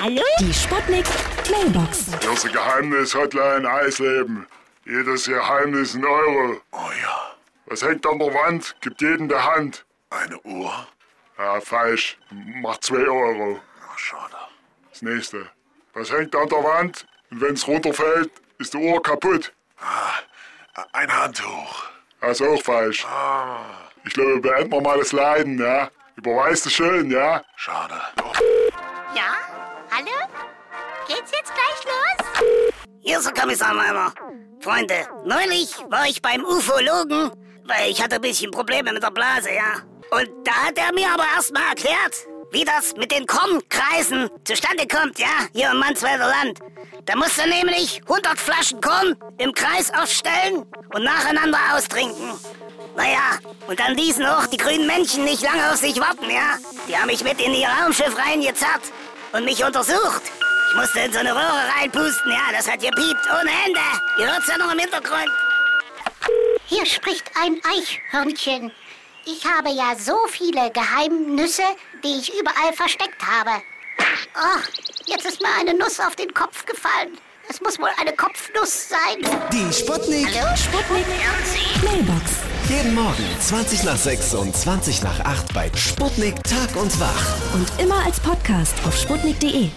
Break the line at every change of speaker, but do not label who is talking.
Hallo?
Die Sputnik Mailbox.
Das Geheimnis-Hotline Eisleben. Jedes Geheimnis ein Euro.
Oh ja,
Was hängt an der Wand, gibt jedem der Hand.
eine Uhr.
Ah, falsch. Macht zwei Euro.
Ach, schade.
Das nächste. Was hängt an der Wand? Und wenn's runterfällt, ist die Uhr kaputt.
Ah, Ein Handtuch.
Das ist auch falsch.
Ah.
Ich glaube, beenden wir mal das Leiden, ja? Überweist es schön, ja?
Schade.
Ja? Hallo? Geht's jetzt gleich los?
Hier ist der Kommissar Malmer. Freunde, neulich war ich beim Ufologen, weil ich hatte ein bisschen Probleme mit der Blase, ja. Und da hat er mir aber erstmal erklärt, wie das mit den Kornkreisen zustande kommt, ja, hier im Mansfelder Land. Da musst du nämlich 100 Flaschen Korn im Kreis aufstellen und nacheinander austrinken. Naja, und dann ließen auch die grünen Männchen nicht lange auf sich warten, ja. Die haben mich mit in ihr Raumschiff reingezerrt und mich untersucht. Ich musste in so eine Röhre reinpusten, ja, das hat gepiept, ohne Ende. Ihr hört's ja noch im Hintergrund.
Hier spricht ein Eichhörnchen. Ich habe ja so viele Geheimnisse, die ich überall versteckt habe. Ach, jetzt ist mir eine Nuss auf den Kopf gefallen. Es muss wohl eine Kopfnuss sein.
Die Sputnik.
Sputnik Mailbox.
Jeden Morgen 20 nach 6 und 20 nach 8 bei Sputnik Tag und Wach.
Und immer als Podcast auf sputnik.de.